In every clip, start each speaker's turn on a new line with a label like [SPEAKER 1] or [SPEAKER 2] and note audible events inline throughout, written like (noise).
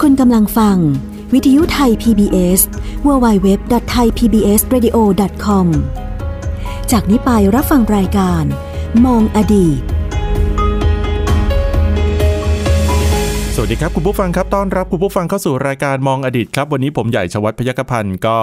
[SPEAKER 1] คุณกำลังฟัง วิทยุไทย PBS www.thaipbsradio.com จากนี้ไปรับฟังรายการ มองอดีต
[SPEAKER 2] สวัสดีครับ คุณผู้ฟังครับต้อนรับคุณผู้ฟังเข้าสู่รายการมองอดีตครับ วันนี้ผมใหญ่ชวัฒน์พยกพันธ์ก็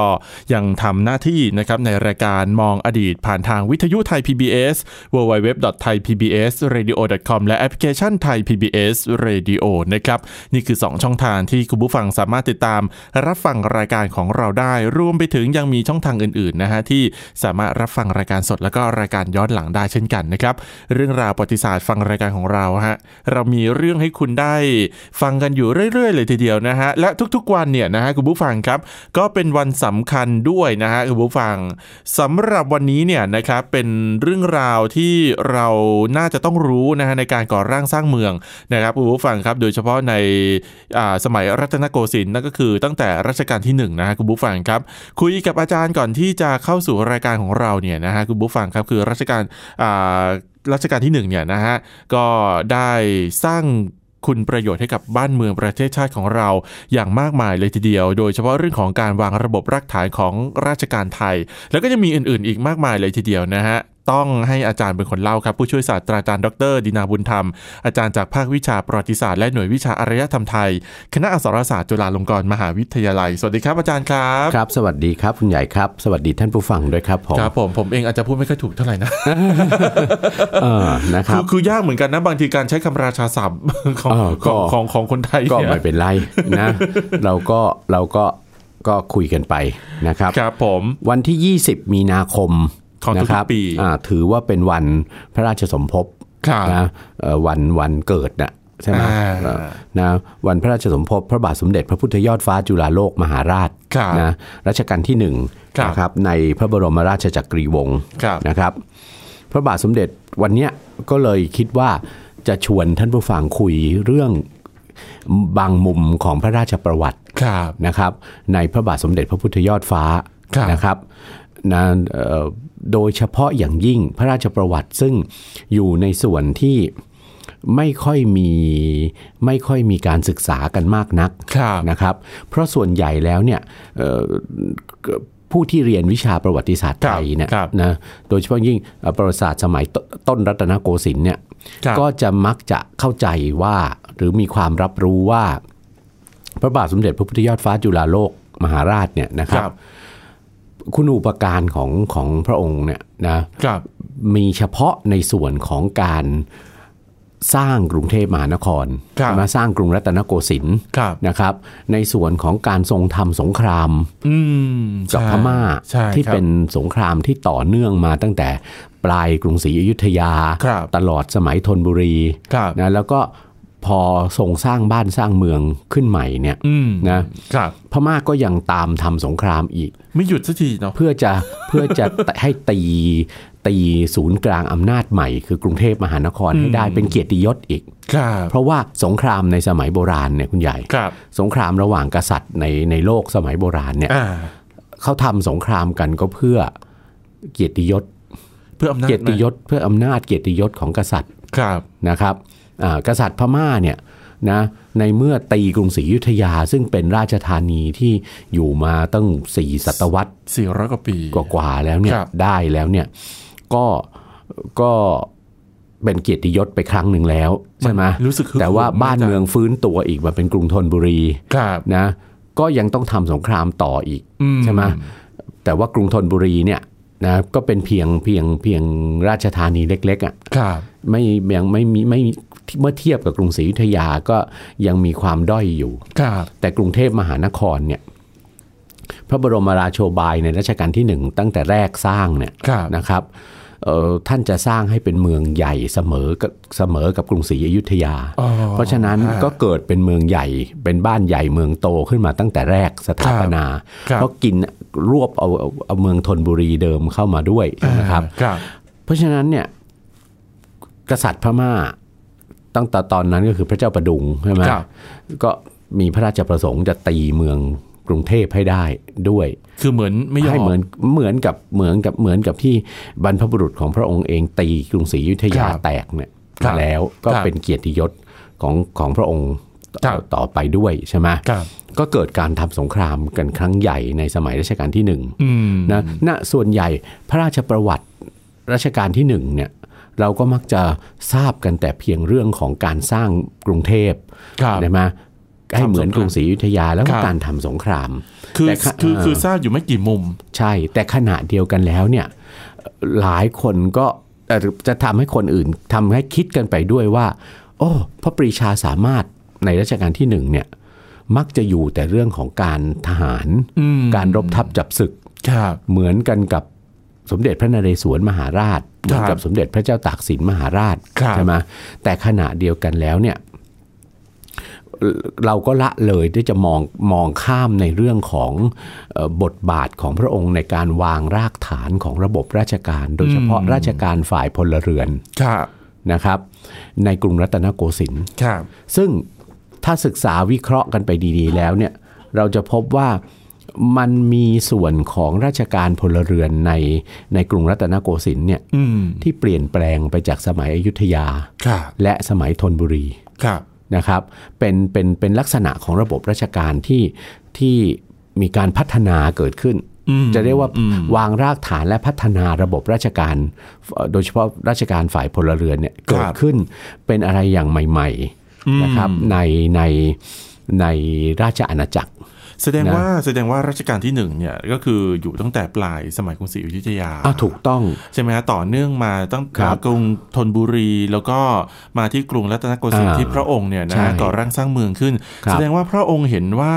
[SPEAKER 2] ยังทำหน้าที่นะครับในรายการมองอดีต ผ่านทางวิทยุไทย PBS www.thaipbsradio.com และแอปพลิเคชันไทย PBS Radio นะครับนี่คือ 2 ช่องทางที่คุณผู้ฟังสามารถติดตาม รับฟังรายการของเราได้ รวมไปถึงยังมีช่องทางอื่นๆนะฮะที่สามารถรับฟังรายการสดแล้วก็รายการย้อนหลังได้เช่นกันนะครับเรื่องราวประวัติศาสตร์ฟังรายการของเราฮะเรามีเรื่องให้คุณได้ ฟังกันอยู่เรื่อย ๆ เลยทีเดียวนะฮะและทุกๆวันเนี่ยนะฮะคุณผู้ฟังครับ ก็เป็นวันสำคัญด้วยนะฮะคุณผู้ฟังสำหรับวันนี้เนี่ยนะครับเป็นเรื่องราวที่เราน่าจะต้องรู้นะฮะในการก่อร่างสร้างเมืองนะครับคุณผู้ฟังครับโดยเฉพาะในอ่าสมัยรัตนโกสินทร์นั่นก็คือตั้งแต่รัชกาลที่1นงนะฮะคุณผู้ฟังครับ คุยกับอาจารย์ก่อนที่จะเข้าสู่รายการของเราเนี่ยนะฮะคุณผู้ฟังครับคือรัชกาลอ่ารัชกาลที่หนึ่งเนี่ยนะฮะก็ได้สร้าง คุณประโยชน์ให้กับบ้านเมืองประเทศชาติของเราอย่างมากมายเลยทีเดียว โดยเฉพาะเรื่องของการวางระบบรากฐานของราชการไทย แล้วก็จะมีอื่นๆ อีกมากมายเลยทีเดียวนะฮะ ต้องให้อาจารย์เป็นคนเล่าครับ ผู้ช่วยศาสตราจารย์ดรดินาบุญธรรม อาจารย์จากภาควิชาประวัติศาสตร์และหน่วยวิชาอารยธรรมไทย คณะอักษรศาสตร์จุฬาลงกรณ์มหาวิทยาลัย สวัสดีครับอาจารย์ครับ
[SPEAKER 3] ครับ สวัสดีครับคุณใหญ่ครับ สวัสดีท่านผู้ฟังด้วยครับผม
[SPEAKER 2] ครับผมผมเองอาจจะพูดไม่ค่อยถูกเท่าไหร่นะ
[SPEAKER 3] เออนะค
[SPEAKER 2] คื
[SPEAKER 3] รั
[SPEAKER 2] อบ (laughs) คือยากเหมือนกันนะบางทีการใช้คำราชาศัพท์ (laughs) ของ
[SPEAKER 3] เออก็
[SPEAKER 2] ของของของคนไทย
[SPEAKER 3] ก็
[SPEAKER 2] เนี่ย
[SPEAKER 3] ไม่เป็นไรนะ เราก็เราก็ก็คุยกันไปนะครับ
[SPEAKER 2] ครับผม
[SPEAKER 3] วันที่ 20 มีนาคม
[SPEAKER 2] ของทุกๆ
[SPEAKER 3] นะครั
[SPEAKER 2] ปี
[SPEAKER 3] อ่าถือว่าเป็นวันพระราชสมภพ
[SPEAKER 2] ครับ
[SPEAKER 3] นะเอ่อวันวันเกิดนะใช่ไหม
[SPEAKER 2] อ่า
[SPEAKER 3] เอ่อนะวันพระราชสมภพพระบาทสมเด็จพระพุทธยอดฟ้าจุฬาโลกมหาราช
[SPEAKER 2] ครับ
[SPEAKER 3] นะรัชกาลที่หนึ่ง
[SPEAKER 2] ครับ
[SPEAKER 3] นะครับในพระบรมราชจักรีวงศ์
[SPEAKER 2] ครับ
[SPEAKER 3] นะครับพระบาทสมเด็จวันเนี้ยก็เลยคิดว่าจะชวนท่านผู้ฟังคุยเรื่องบางมุมของพระราชประวัติ
[SPEAKER 2] ครับ
[SPEAKER 3] นะครับ ในพระบาทสมเด็จพระพุทธยอดฟ้า
[SPEAKER 2] ครับ
[SPEAKER 3] นะครับนะเอ่อโดยเฉพาะอย่างยิ่งพระราชประวัติซึ่งอยู่ในส่วนที่ไม่ค่อยมีไม่ค่อยมีการศึกษากันมากนัก
[SPEAKER 2] ครับ
[SPEAKER 3] นะครับเพราะส่วนใหญ่แล้วเนี่ยเอ่อผู้ที่เรียนวิชาประวัติศาสตร์
[SPEAKER 2] ครั
[SPEAKER 3] ไท
[SPEAKER 2] บ
[SPEAKER 3] ยเนี่ย
[SPEAKER 2] ครับ
[SPEAKER 3] นะโดยเฉพาะยิ่งเอ่อประวัติศาสตร์สมัยตต้นรัตนโกสินทร์เนี่ย
[SPEAKER 2] ครับ
[SPEAKER 3] ก็จะมักจะเข้าใจว่าหรือมีความรับรู้ว่า พระบาทสมเด็จพระพุทธยอดฟ้าจุฬาโลกมหาราชเนี่ยนะค
[SPEAKER 2] ค
[SPEAKER 3] รั
[SPEAKER 2] รั
[SPEAKER 3] บบ คุณอุปการของของพระองค์เนี่ยนะครับ มีเฉพาะในส่วนของการสร้างกรุงเทพมหานคร
[SPEAKER 2] ครับ
[SPEAKER 3] มาสร้างกรุงรัตนโกสินทร์
[SPEAKER 2] ครับ
[SPEAKER 3] นะครับในส่วนของการทรงทำสงคราม
[SPEAKER 2] อืม
[SPEAKER 3] กับพ
[SPEAKER 2] ใช่
[SPEAKER 3] ม่า
[SPEAKER 2] ใช่
[SPEAKER 3] ที่
[SPEAKER 2] ครับ
[SPEAKER 3] เป็นสงครามที่ต่อเนื่องมาตั้งแต่ปลายกรุงศรีอยุธยา
[SPEAKER 2] ครับ
[SPEAKER 3] ตลอดสมัยธนบุรี
[SPEAKER 2] ครับ
[SPEAKER 3] นะแล้วก็พอทรงสร้างบ้านสร้างเมืองขึ้นใหม่เนี่ย
[SPEAKER 2] อืม
[SPEAKER 3] นะครับ พม่าก็ยังตามทำสงครามอีก
[SPEAKER 2] ไม่หยุดสักทีเนาะ
[SPEAKER 3] เพื่อจะ (laughs) เพื่อจะ ให้ตีตีศูนย์กลางอำนาจใหม่ คือกรุงเทพมหานครให้ได้เป็นเกียรติยศอีก
[SPEAKER 2] ครับ
[SPEAKER 3] เพราะว่าสงครามในสมัยโบราณเนี่ยคุณใหญ่
[SPEAKER 2] ครับ
[SPEAKER 3] สงครามระหว่างกษัตริย์ในในโลกสมัยโบราณเนี่ย
[SPEAKER 2] อ่า
[SPEAKER 3] เขาทำสงครามกันก็เพื่อเกียรติยศ
[SPEAKER 2] เพื่ออำนาจ
[SPEAKER 3] เกียรติยศ เพื่ออำนาจเกียรติยศของกษัตริย์
[SPEAKER 2] ครับ
[SPEAKER 3] นะครับอ่ากษัตริย์พม่าเนี่ยนะในเมื่อตีกรุงศรีอยุธยาซึ่งเป็นราชธานีที่อยู่มาตั้งสี่ศตวรรษ
[SPEAKER 2] สี่ร้อยกว่าปี
[SPEAKER 3] กว่าๆแล้วเนี่ย
[SPEAKER 2] ครับ
[SPEAKER 3] ได้แล้วเนี่ยก็ก็เป็นเกียรติยศไปครั้งหนึ่งแล้วใช่ไหม
[SPEAKER 2] รู้สึกฮึก
[SPEAKER 3] แต่ว่า
[SPEAKER 2] เหิม
[SPEAKER 3] บ้าน
[SPEAKER 2] จั
[SPEAKER 3] เมืองฟื้นตัวอีกมาเป็นกรุงธนบุรี
[SPEAKER 2] ครับ
[SPEAKER 3] นะก็ยังต้องทำสงครามต่ออีก
[SPEAKER 2] อืม
[SPEAKER 3] ใช่ไหมแต่ว่ากรุงธนบุรีเนี่ยนะก็เป็นเพียงเพียงเพียงราชธานีเล็กๆอะ่ะ
[SPEAKER 2] ครับ
[SPEAKER 3] ไม่ยังไม่มีไม่เมื่อเทียบกับกรุงศรีอยุธยาก็ยังมีความด้อยอยู่
[SPEAKER 2] ครับ
[SPEAKER 3] แต่กรุงเทพมหานครเนี่ยพระบรมราโชบายในรัชกาลที่หนึ่งตั้งแต่แรกสร้างเนี่ย
[SPEAKER 2] ครับ
[SPEAKER 3] นะครับเอ่อท่านจะสร้างให้เป็นเมืองใหญ่เสมอกับเสมอกับกรุงศรีอยุธยา
[SPEAKER 2] อ๋อ
[SPEAKER 3] เพราะฉะนั้น
[SPEAKER 2] ฮะ
[SPEAKER 3] ก็เกิดเป็นเมืองใหญ่เป็นบ้านใหญ่เมืองโตขึ้นมาตั้งแต่แรกสถาปนา
[SPEAKER 2] ครับ
[SPEAKER 3] เพราะกินรวบเอาเอาเอาเมืองธนบุรีเดิมเข้ามาด้วย
[SPEAKER 2] อ่า
[SPEAKER 3] นะครับ
[SPEAKER 2] ครับ
[SPEAKER 3] เพราะฉะนั้นเนี่ยกษัตริย์พม่าตั้งแต่ตอนนั้นก็คือพระเจ้าประดุงใช่ไหม
[SPEAKER 2] ครับ
[SPEAKER 3] ก็มีพระราชประสงค์จะตีเมืองกรุงเทพให้ได้ด้วย
[SPEAKER 2] คือเหมือนไม่ยอม
[SPEAKER 3] ให้เหมือนเหมือนกับเหมือนกับเหมือนกับที่บรรพบุรุษของพระองค์เองตีกรุงศรีอยุธ
[SPEAKER 2] ค
[SPEAKER 3] ยา
[SPEAKER 2] รับ
[SPEAKER 3] แตกเนี่ย
[SPEAKER 2] ครับ
[SPEAKER 3] แล้วก็
[SPEAKER 2] ครับ
[SPEAKER 3] เป็นเกียรติยศของของพระองค์
[SPEAKER 2] ครับ
[SPEAKER 3] ต่อไปด้วยใช่ไหม
[SPEAKER 2] ครับ
[SPEAKER 3] ก็เกิดการทำสงครามกันครั้งใหญ่ในสมัยรัชกาลที่หนึ่ง
[SPEAKER 2] อืม
[SPEAKER 3] นะณส่วนใหญ่พระราชประวัติรัชกาลที่หนึ่งเนี่ยเราก็มักจะทราบกันแต่เพียงเรื่องของการสร้างกรุงเทพ
[SPEAKER 2] ครับ
[SPEAKER 3] ใช่ไหมให้เหมือนกรุงศรีอยุธยาแล้ว
[SPEAKER 2] ค
[SPEAKER 3] ก็
[SPEAKER 2] รับ
[SPEAKER 3] การทำสงคราม
[SPEAKER 2] คือ
[SPEAKER 3] แต่ค่ะ
[SPEAKER 2] คือ
[SPEAKER 3] เอ่อ
[SPEAKER 2] คือทราบอยู่ไม่กี่มุม
[SPEAKER 3] ใช่ แต่ขณะเดียวกันแล้วเนี่ยหลายคนก็เอ่อจะทำให้คนอื่นทำให้คิดกันไปด้วยว่า โอ้พระปรีชาสามารถในรัชกาลที่หนึ่งเนี่ยมักจะอยู่แต่เรื่องของการทหาร
[SPEAKER 2] อืม
[SPEAKER 3] การรบทัพจับศึก
[SPEAKER 2] ครับ
[SPEAKER 3] เหมือนกันกับสมเด็จพระนเรศวรมหาราชเหมือนกับสมเด็จพระเจ้าตากสินมหาราช
[SPEAKER 2] ครับ
[SPEAKER 3] ใช่ไหมแต่ขณะเดียวกันแล้วเนี่ยเอ่อเราก็ละเลยที่จะมองมองข้ามในเรื่องของเออบทบาทของพระองค์ในการวางรากฐานของระบบราชการ โดยเฉพาะราชการฝ่ายพลเรือน
[SPEAKER 2] ครับ
[SPEAKER 3] นะครับ ในกรุงรัตนโกสินทร์
[SPEAKER 2] ครับ
[SPEAKER 3] ซึ่งถ้าศึกษาวิเคราะห์กันไปดีๆแล้วเนี่ยเราจะพบว่ามันมีส่วนของราชการพลเรือนในในกรุงรัตนโกสินทร์เนี่ย
[SPEAKER 2] อืม
[SPEAKER 3] ที่เปลี่ยนแปลงไปจากสมัยอยุธยา
[SPEAKER 2] ครับ
[SPEAKER 3] และสมัยธนบุรี
[SPEAKER 2] ครับ
[SPEAKER 3] นะครับเป็นเป็นเป็นลักษณะของระบบราชการที่ที่มีการพัฒนาเกิดขึ้น
[SPEAKER 2] อืม
[SPEAKER 3] จะเรียกว่าวางรากฐานและพัฒนาระบบราชการเอ่อโดยเฉพาะราชการฝ่ายพลเรือนเนี่ยเกิดขึ้นเป็นอะไรอย่างใหม่ๆนะครับในในในราชอาณาจักร
[SPEAKER 2] แสดง
[SPEAKER 3] นะ
[SPEAKER 2] ว่าแสดงว่ารัชกาลที่หนึ่งเนี่ยก็คืออยู่ตั้งแต่ปลายสมัยกรุงศรีอยุธยา
[SPEAKER 3] อ่ะถูกต้อง
[SPEAKER 2] ใช่ไหมฮะต่อเนื่องมาตั้ง
[SPEAKER 3] ครั
[SPEAKER 2] แต่
[SPEAKER 3] บ
[SPEAKER 2] กรุงธนบุรี แล้วก็มาที่กรุงรัตนโกสินทร์
[SPEAKER 3] อ่า
[SPEAKER 2] ที่พระองค์เนี่ยนะ
[SPEAKER 3] ใช่
[SPEAKER 2] ฮะก่อร่างสร้างเมืองขึ้น
[SPEAKER 3] ครับ
[SPEAKER 2] แสดงว่าพระองค์เห็นว่า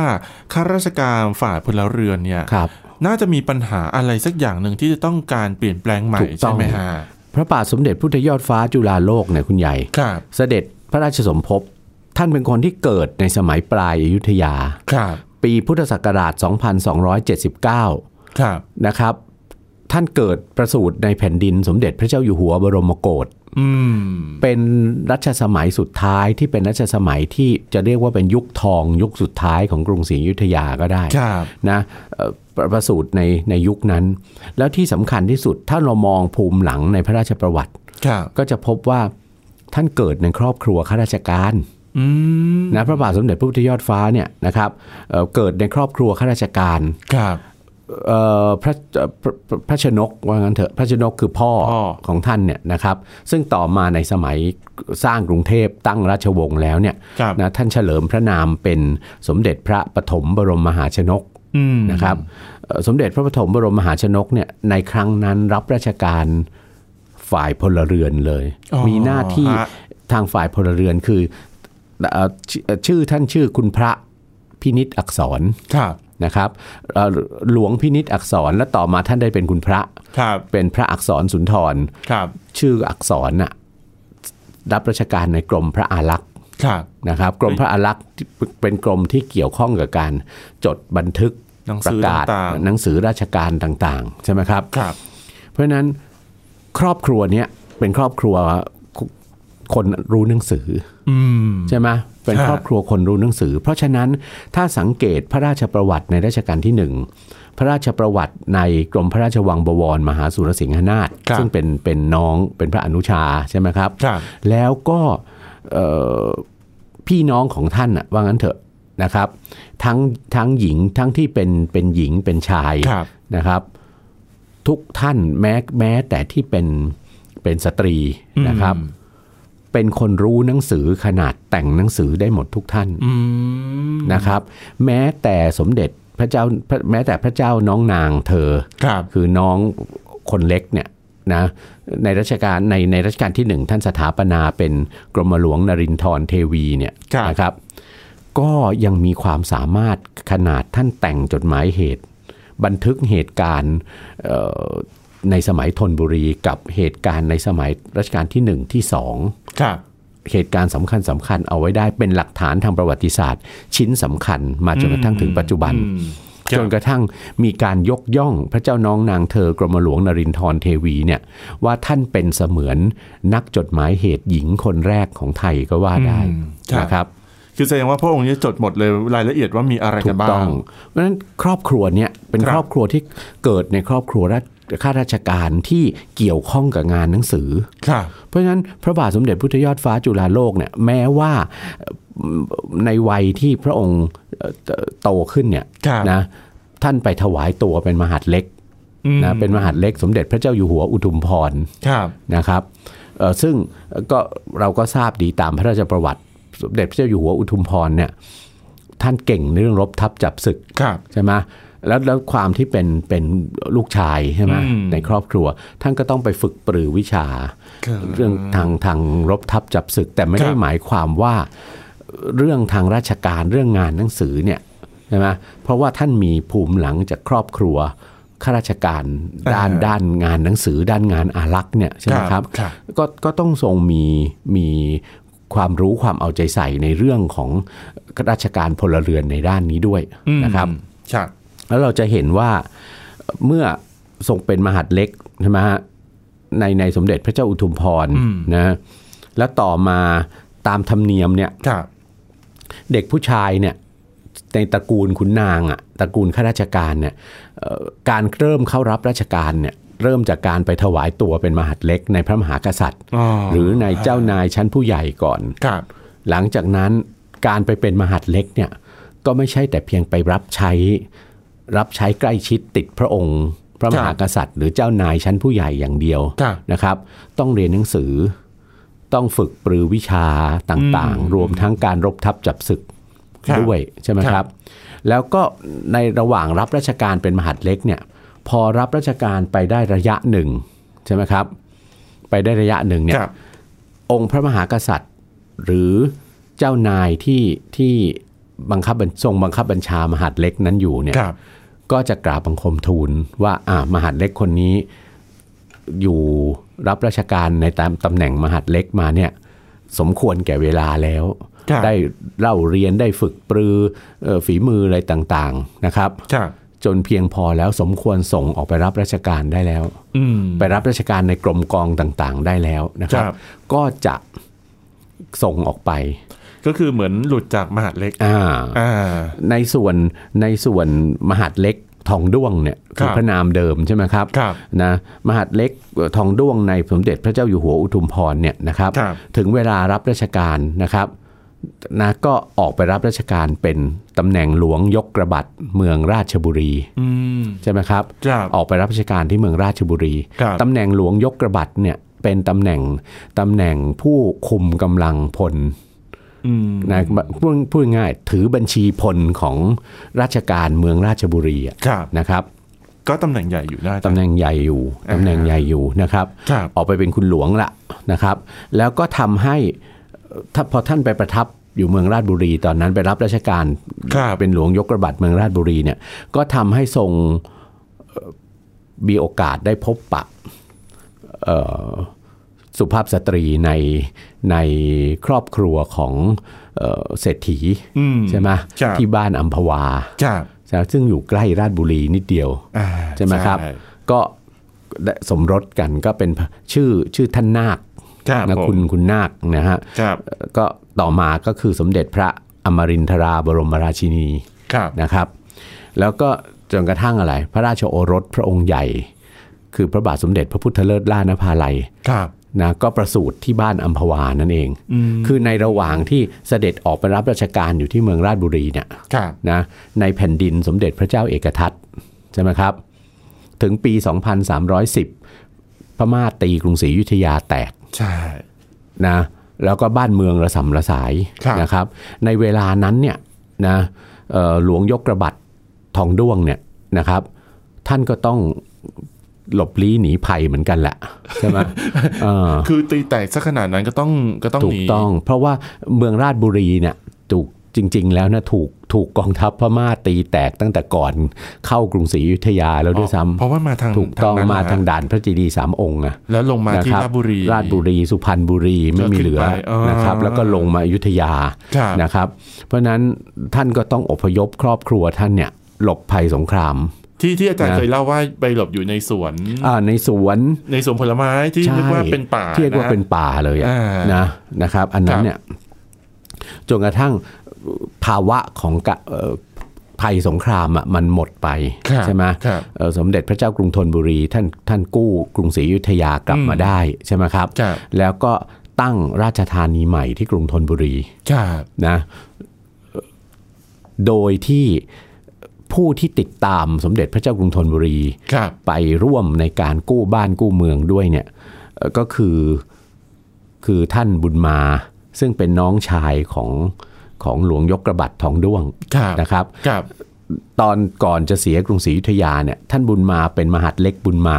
[SPEAKER 2] ข้าราชการฝ่ายพลเรือนเนี่ย
[SPEAKER 3] ครับ
[SPEAKER 2] น่าจะมีปัญหาอะไรสักอย่างหนึ่งที่จะต้องการเปลี่ยนแปลงใหม่
[SPEAKER 3] ถูกต้
[SPEAKER 2] ใช่
[SPEAKER 3] อง
[SPEAKER 2] ไหมฮะ
[SPEAKER 3] พระบาทสมเด็จพุทธยอดฟ้าจุฬาโลกเนี่ยคุณใหญ่
[SPEAKER 2] ครับ
[SPEAKER 3] เสด็จพระราชสมภพท่านเป็นคนที่เกิดในสมัยปลายอยุธยา
[SPEAKER 2] ครับ
[SPEAKER 3] ปีพุทธศักราช 2279
[SPEAKER 2] ครับ
[SPEAKER 3] นะครับ ท่านเกิดประสูติในแผ่นดินสมเด็จพระเจ้าอยู่หัวบรมโกศ
[SPEAKER 2] อืม
[SPEAKER 3] เป็นรัชสมัยสุดท้ายที่เป็นรัชสมัยที่จะเรียกว่าเป็นยุคทองยุคสุดท้ายของกรุงศรีอยุธยาก็ได้
[SPEAKER 2] ครับ
[SPEAKER 3] นะเอ่อประประสูติในในยุคนั้น แล้วที่สำคัญที่สุดถ้าเรามองภูมิหลังในพระราชประวัติ
[SPEAKER 2] ครับ
[SPEAKER 3] ก็จะพบว่าท่านเกิดในครอบครัวข้าราชการ
[SPEAKER 2] อืม
[SPEAKER 3] นะพระบาทสมเด็จพระพุทธยอดฟ้าเนี่ยนะครับเอ่อเกิดในครอบครัวข้าราชการ
[SPEAKER 2] ครับ
[SPEAKER 3] เอ่อพระเอ่อพระพระพระชนกว่างั้นเถอะพระชนกคือพ่อ
[SPEAKER 2] พ่อ
[SPEAKER 3] ของท่านเนี่ยนะครับ ซึ่งต่อมาในสมัยสร้างกรุงเทพตั้งราชวงศ์แล้วเนี่ย
[SPEAKER 2] ครับ
[SPEAKER 3] นะท่านเฉลิมพระนามเป็นสมเด็จพระปฐมบรมมหาชนก
[SPEAKER 2] อืม
[SPEAKER 3] นะครับเอ่อสมเด็จพระปฐมบรมมหาชนกเนี่ยในครั้งนั้นรับราชการฝ่ายพลเรือนเลย
[SPEAKER 2] อ๋อ
[SPEAKER 3] มีหน้าที่
[SPEAKER 2] ฮะ
[SPEAKER 3] ทางฝ่ายพลเรือนคือเอ่อชื่อชื่อท่านชื่อคุณพระพินิษอักษร
[SPEAKER 2] ครับ
[SPEAKER 3] นะครับเอ่อหลวงพินิษอักษรและต่อมาท่านได้เป็นคุณพระ
[SPEAKER 2] ครับ
[SPEAKER 3] เป็นพระอักษรสุนทร
[SPEAKER 2] ครับ
[SPEAKER 3] ชื่ออักษรน่ะรับราชการในกรมพระอารักษ์
[SPEAKER 2] ครับ
[SPEAKER 3] นะครับ กรมพระอารักษ์ที่เป็นกรมที่เกี่ยวข้องกับการจดบันทึก
[SPEAKER 2] หนัง
[SPEAKER 3] ป
[SPEAKER 2] สือก
[SPEAKER 3] ระาศ
[SPEAKER 2] ต่าง
[SPEAKER 3] หนังสือราชการต่างๆใช่ไหมครับ
[SPEAKER 2] ๆครับ
[SPEAKER 3] เพราะฉะนั้นครอบครัวเนี้ยเป็นครอบครัวคนรู้หนังสือ
[SPEAKER 2] อืม
[SPEAKER 3] ใช่ไหมเป็น
[SPEAKER 2] ฮะ
[SPEAKER 3] ครอบครัวคนรู้หนังสือ เพราะฉะนั้นถ้าสังเกตพระราชประวัติในรัชกาลที่หนึ่งพระราชประวัติในกรมพระราชวังบวรมหาสุรสิงหนาถ
[SPEAKER 2] ครับ
[SPEAKER 3] ซึ่งเป็นเป็นน้องเป็นพระอนุชาใช่ไหมครับ
[SPEAKER 2] ครับ
[SPEAKER 3] แล้วก็เอ่อพี่น้องของท่านน่ะว่างั้นเถอะนะครับ ทั้งทั้งหญิงทั้งที่เป็นเป็นหญิงเป็นชาย
[SPEAKER 2] ครับ
[SPEAKER 3] นะครับทุกท่านแม้แม้แต่ที่เป็นเป็นสตรีนะครับ
[SPEAKER 2] อืม
[SPEAKER 3] เป็นคนรู้หนังสือขนาดแต่งหนังสือได้หมดทุกท่าน
[SPEAKER 2] อืม
[SPEAKER 3] นะครับ แม้แต่สมเด็จพระเจ้าพระแม้แต่พระเจ้าน้องนางเธอ
[SPEAKER 2] ครับ
[SPEAKER 3] คือน้องคนเล็กเนี่ยนะในรัชกาลในในรัชกาลที่หนึ่งท่านสถาปนาเป็นกรมหลวงนรินทรเทวีเนี่ย
[SPEAKER 2] ครับ
[SPEAKER 3] นะครับ ก็ยังมีความสามารถขนาดท่านแต่งจดหมายเหตุ บันทึกเหตุการณ์เอ่อในสมัยธนบุรีกับเหตุการณ์ในสมัยรัชกาลที่หนึ่งที่สอง
[SPEAKER 2] ครับ
[SPEAKER 3] เหตุการณ์สำคัญสำคัญเอาไว้ได้เป็นหลักฐานทางประวัติศาสตร์ ชิ้นสำคัญมาจนกระทั่งถึงปัจจุบัน
[SPEAKER 2] อืมค
[SPEAKER 3] จ
[SPEAKER 2] รับ
[SPEAKER 3] นกระทั่งมีการยกย่องพระเจ้าน้องนางเธอกรมหลวงนรินทรเทวีเนี่ยว่าท่านเป็นเสมือนนักจดหมายเหตุหญิงคนแรกของไทยก็ว่าได้
[SPEAKER 2] อืมครับ
[SPEAKER 3] นะครับ
[SPEAKER 2] คือแสดงว่าพระองค์เนี่ยจดหมดเลยรายละเอียดว่ามีอะไร
[SPEAKER 3] ถู
[SPEAKER 2] กัน
[SPEAKER 3] ก
[SPEAKER 2] บ้า
[SPEAKER 3] ต้อง ง เพราะฉะนั้นครอบครัวเนี่ยเป็น
[SPEAKER 2] ครับ
[SPEAKER 3] ครอบครัวที่เกิดในครอบครัวราชข้าราชการที่เกี่ยวข้องกับงานหนังสือ
[SPEAKER 2] ครับ
[SPEAKER 3] เพราะฉะนั้นพระบาทสมเด็จพุทธยอดฟ้าจุฬาโลกเนี่ยแม้ว่าเอ่อ ในวัยที่พระองค์เอ่อเอ่อโตขึ้นเนี่ย
[SPEAKER 2] ครับ
[SPEAKER 3] นะท่านไปถวายตัวเป็นมหาดเล็ก
[SPEAKER 2] อืม
[SPEAKER 3] นะเป็นมหาดเล็กสมเด็จพระเจ้าอยู่หัวอุทุมพร
[SPEAKER 2] ครับ
[SPEAKER 3] นะครับเอ่อซึ่งก็เราก็ทราบดีตามพระราชประวัติสมเด็จพระเจ้าอยู่หัวอุทุมพรเนี่ยท่านเก่งในเรื่องรบทัพจับศึก
[SPEAKER 2] ครับ
[SPEAKER 3] ใช่ไหมแล้วแล้วความที่เป็นเป็นลูกชายใช่ไหม
[SPEAKER 2] อืม
[SPEAKER 3] ในครอบครัว ท่านก็ต้องไปฝึกปรือวิชา เรื่องทางทางรบทัพจับศึก แต่ไม่ได้
[SPEAKER 2] ครับ
[SPEAKER 3] หมายความว่าเรื่องทางราชการเรื่องงานหนังสือเนี่ยใช่ไหมเพราะว่าท่านมีภูมิหลังจากครอบครัวข้าราชการด้าน
[SPEAKER 2] อ่า
[SPEAKER 3] ด้านงานหนังสือ ด้านงานอารักษ์เนี่ยใช่ไหมครับ
[SPEAKER 2] ครับ
[SPEAKER 3] ก็ก็ต้องทรงมีมีความรู้ความเอาใจใส่ในเรื่องของราชการพลเรือนในด้านนี้ด้วย
[SPEAKER 2] อืม
[SPEAKER 3] นะครับ
[SPEAKER 2] ครับ
[SPEAKER 3] แล้วเราจะเห็นว่าเมื่อทรงเป็นมหาดเล็กใช่ไหมฮะในในสมเด็จพระเจ้าอุทุมพร
[SPEAKER 2] อืม
[SPEAKER 3] นะแล้วต่อมาตามธรรมเนียมเนี่ย
[SPEAKER 2] ครับ
[SPEAKER 3] เด็กผู้ชายเนี่ยในตระกูลขุนนางอะ่ะตระกูลข้าราชการเนี่ยเอ่อการเริ่มเข้ารับราชการเนี่ยเริ่มจากการไปถวายตัวเป็นมหาดเล็กในพระมหากษัตริย์ หรือในเจ้านายชั้นผู้ใหญ่ก่อน
[SPEAKER 2] ครับ
[SPEAKER 3] หลังจากนั้นการไปเป็นมหาดเล็กเนี่ยก็ไม่ใช่แต่เพียงไปรับใช้ รับใช้ใกล้ชิดติดพระองค์ พระมหากษัตริย์ หรือเจ้านายชั้นผู้ใหญ่อย่างเดียว
[SPEAKER 2] ครับ
[SPEAKER 3] นะครับ ต้องเรียนหนังสือ ต้องฝึกปรือวิชาต่างๆ รวมทั้งการรบทัพจับศึก
[SPEAKER 2] ครับ
[SPEAKER 3] ด้วยใช่ไหม
[SPEAKER 2] ค
[SPEAKER 3] ค
[SPEAKER 2] รั
[SPEAKER 3] รับ บ แล้วก็ในระหว่างรับราชการเป็นมหาดเล็กเนี่ยพอรับราชการไปได้ระยะหนึ่งใช่ไหมครับ ไปได้ระยะหนึ่งเนี่ย
[SPEAKER 2] ครับ
[SPEAKER 3] องค์พระมหากษัตริย์ หรือเจ้านายที่ที่บังคับบัญทรงบังคับบัญชามหาดเล็กนั้นอยู่เนี่ย
[SPEAKER 2] ครับ
[SPEAKER 3] ก็จะกราบบังคมทูลว่าอ่ามหาดเล็กคนนี้อยู่รับราชการในตามตำแหน่งมหาดเล็กมาเนี่ยสมควรแก่เวลาแล้ว
[SPEAKER 2] ครับ
[SPEAKER 3] ได้เล่าเรียนได้ฝึกปรือเอ่อฝีมืออะไรต่างๆนะครับ
[SPEAKER 2] ครับ
[SPEAKER 3] จนเพียงพอแล้วสมควรส่งออกไปรับราชการได้แล้ว
[SPEAKER 2] อืม
[SPEAKER 3] ไปรับราชการในกรมกองต่างๆ ได้แล้วนะครั
[SPEAKER 2] ครับ บ
[SPEAKER 3] ก็จะส่งออกไป
[SPEAKER 2] ก็คือเหมือนหลุดจากมหาดเล็ก
[SPEAKER 3] อ่า
[SPEAKER 2] อ่า
[SPEAKER 3] ในส่วนในส่วนมหาดเล็กทองด้วงเนี่ย
[SPEAKER 2] ครั
[SPEAKER 3] คือบ พระนามเดิมใช่ไหมครับ
[SPEAKER 2] ครับ
[SPEAKER 3] นะมหาดเล็กเอ่อทองด้วงในสมเด็จพระเจ้าอยู่หัวอุทุมพรเนี่ยนะครับ
[SPEAKER 2] ครับ
[SPEAKER 3] ถึงเวลารับราชการนะครับนะก็ออกไปรับราชการเป็นตำแหน่งหลวงยกกระบัดเมืองราชบุรี
[SPEAKER 2] อืม
[SPEAKER 3] ใช่ไหมครับ
[SPEAKER 2] ครับ
[SPEAKER 3] ออกไปรับราชการที่เมืองราชบุรี
[SPEAKER 2] ครับ
[SPEAKER 3] ตำแหน่งหลวงยกกระบัดเนี่ยเป็นตำแหน่งตำแหน่งผู้คุมกำลังพล
[SPEAKER 2] อืม
[SPEAKER 3] นะพูดพูดง่ายๆถือบัญชีพลของราชการเมืองราชบุรีอะ
[SPEAKER 2] ครับ
[SPEAKER 3] นะครับ
[SPEAKER 2] ก็ตำแหน่งใหญ่อยู่นะอาจาร
[SPEAKER 3] ตำ
[SPEAKER 2] ย์
[SPEAKER 3] แหน่งใหญ่อยู่
[SPEAKER 2] อ่า
[SPEAKER 3] ตำแหน่งใหญ่อยู่นะครับ
[SPEAKER 2] ครับ
[SPEAKER 3] ออกไปเป็นคุณหลวงละนะครับ แล้วก็ทำให้เอ่อถ้าพอท่านไปประทับอยู่เมืองราชบุรี ตอนนั้นไปรับราชการ
[SPEAKER 2] ครับ
[SPEAKER 3] เป็นหลวงยกระบัดเมืองราชบุรีเนี่ยก็ทำให้ทรงเอ่อมีโอกาสได้พบปะเอ่อสุภาพสตรีในในครอบครัวของเอ่อเศรษฐี
[SPEAKER 2] อืม
[SPEAKER 3] ใช่ไหม
[SPEAKER 2] ครับ
[SPEAKER 3] ที่บ้านอัมพวา
[SPEAKER 2] ครับ
[SPEAKER 3] ใช่ไหมซึ่งอยู่ใกล้ราชบุรีนิดเดียว
[SPEAKER 2] อ่า
[SPEAKER 3] ใช่ไหมครับ ก็ได้สมรสกันก็เป็นชื่อชื่อท่านนาค
[SPEAKER 2] ครับ
[SPEAKER 3] นะ
[SPEAKER 2] ผม
[SPEAKER 3] คุณคุณนาคนะฮะ
[SPEAKER 2] ครับ
[SPEAKER 3] เอ่อก็ต่อมาก็คือสมเด็จพระอมรินทราบรมราชินี
[SPEAKER 2] ครับ
[SPEAKER 3] นะครับแล้วก็จนกระทั่งอะไร พระราชโอรสพระองค์ใหญ่ คือพระบาทสมเด็จพระพุทธเลิศล่านภาลัย
[SPEAKER 2] ครับ
[SPEAKER 3] นะก็ประสูติที่บ้านอัมพวานั่นเอง คือในระหว่างที่เสด็จออกไปรับราชการอยู่ที่เมืองราชบุรีเนี่ย
[SPEAKER 2] ครับ
[SPEAKER 3] นะในแผ่นดินสมเด็จพระเจ้าเอกทัตใช่ไหมครับ ถึงปี 2310 พม่าตีกรุงศรีอยุธยาแตก
[SPEAKER 2] ใช่
[SPEAKER 3] นะแล้วก็บ้านเมืองระสำระสาย
[SPEAKER 2] ครับ
[SPEAKER 3] นะครับ ในเวลานั้นเนี่ยนะเอ่อหลวงยกกระบัดทองด้วงเนี่ยนะครับ ท่านก็ต้องหลบลี้หนีภัยเหมือนกันแหละใช่ไหมเออ
[SPEAKER 2] คือตีแตกซะขนาดนั้นก็ต้องก็ (laughs) ต้อง
[SPEAKER 3] ถู
[SPEAKER 2] ห
[SPEAKER 3] ก
[SPEAKER 2] นี
[SPEAKER 3] ต้อง เพราะว่าเมืองราชบุรีเนี่ยถูกจริง ๆ แล้วนะถูกถูกกองทัพพม่าตีแตกตั้งแต่ก่อนเข้ากรุงศรีอยุธยาแล้วด้วยซ้
[SPEAKER 2] เพราะว่ามาทาง
[SPEAKER 3] ำถูกต้อง
[SPEAKER 2] นั้น
[SPEAKER 3] มา
[SPEAKER 2] นะฮะ
[SPEAKER 3] ทางด่านพระเจีดีย์สามองค์อะ
[SPEAKER 2] แล้วลงมาที่
[SPEAKER 3] นะค
[SPEAKER 2] ราชบุรี
[SPEAKER 3] ราชบุรีสุพรรณบุรีไม่มีเหลือ
[SPEAKER 2] ก็ขึ้นไปอ่าน
[SPEAKER 3] นะครับ แล้วก็ลงมาอยุธยา
[SPEAKER 2] ครับ
[SPEAKER 3] นะครับ เพราะฉะนั้นท่านก็ต้องอพยพครอบครัวท่านเนี่ยหลบภัยสงคราม
[SPEAKER 2] ที่ที่อาจารย์เคยเล่าว่าไปหลบอยู่ในสวน
[SPEAKER 3] อ่าในสวน
[SPEAKER 2] ในสวนผลไม้ที่
[SPEAKER 3] ใช่
[SPEAKER 2] เรียกว่าเป็นป่า
[SPEAKER 3] ที่เรียกว่า
[SPEAKER 2] ะ
[SPEAKER 3] เป็นป่าเลยอะ
[SPEAKER 2] อ่าน
[SPEAKER 3] นะนะครับ อันนั้
[SPEAKER 2] ครั
[SPEAKER 3] น
[SPEAKER 2] บ
[SPEAKER 3] เนี่ยจนกระทั่งภาวะของกะเอ่อภัยสงครามอะมันหมดไป
[SPEAKER 2] ครับ
[SPEAKER 3] ใช่ไหม
[SPEAKER 2] ครับ
[SPEAKER 3] เอ่อสมเด็จพระเจ้ากรุงธนบุรีท่านท่านกู้กรุงศรีอยุธยากลับ
[SPEAKER 2] อืม
[SPEAKER 3] มาได้ใช่ไหมครับ
[SPEAKER 2] ครับ
[SPEAKER 3] แล้วก็ ตั้งราชธานีใหม่ที่กรุงธนบุรี
[SPEAKER 2] ครับ
[SPEAKER 3] นะเอ่อโดยที่ผู้ที่ติดตามสมเด็จพระเจ้ากรุงธนบุรี
[SPEAKER 2] ครับ
[SPEAKER 3] ไปร่วมในการกู้บ้านกู้เมืองด้วยเนี่ยเอ่อก็คือคือท่านบุญมา ซึ่งเป็นน้องชายของของหลวงยกกระบัดทองด้วง
[SPEAKER 2] ครับ
[SPEAKER 3] นะครับ
[SPEAKER 2] ครับ
[SPEAKER 3] ตอนก่อนจะเสียกรุงศรีอยุธยาเนี่ยท่านบุญมาเป็นมหาดเล็กบุญมา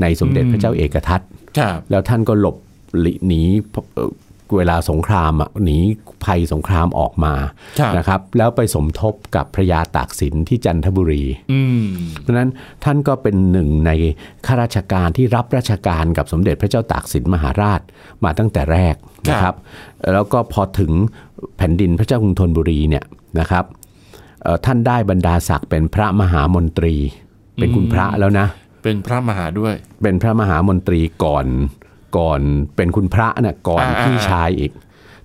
[SPEAKER 3] ในสมเด็จพระเจ้าเอกทัต
[SPEAKER 2] ครับ
[SPEAKER 3] แล้วท่านก็หลบหลีหนีเอ่อเวลาสงครามอะหนีภัยสงครามออกมา
[SPEAKER 2] ครับ
[SPEAKER 3] นะครับ แล้วไปสมทบกับพระยาตากสินที่จันทบุรี
[SPEAKER 2] อืม
[SPEAKER 3] เพราะฉะนั้นท่านก็เป็นหนึ่งในข้าราชการที่รับราชการกับสมเด็จพระเจ้าตากสินมหาราชมาตั้งแต่แรกนะครับ แล้วก็พอถึงแผ่นดินพระเจ้ากรุงธนบุรีเนี่ยนะครับเอ่อท่านได้บรรดาศักดิ์เป็นพระมหามนตรี เป็นคุณพระแล้วนะ
[SPEAKER 2] เป็นพระมหาด้วย
[SPEAKER 3] เป็นพระมหามนตรีก่อนก่อนเป็นคุณพระน่ะก่อน
[SPEAKER 2] อ่า
[SPEAKER 3] พี่
[SPEAKER 2] อ่า
[SPEAKER 3] ชายอีก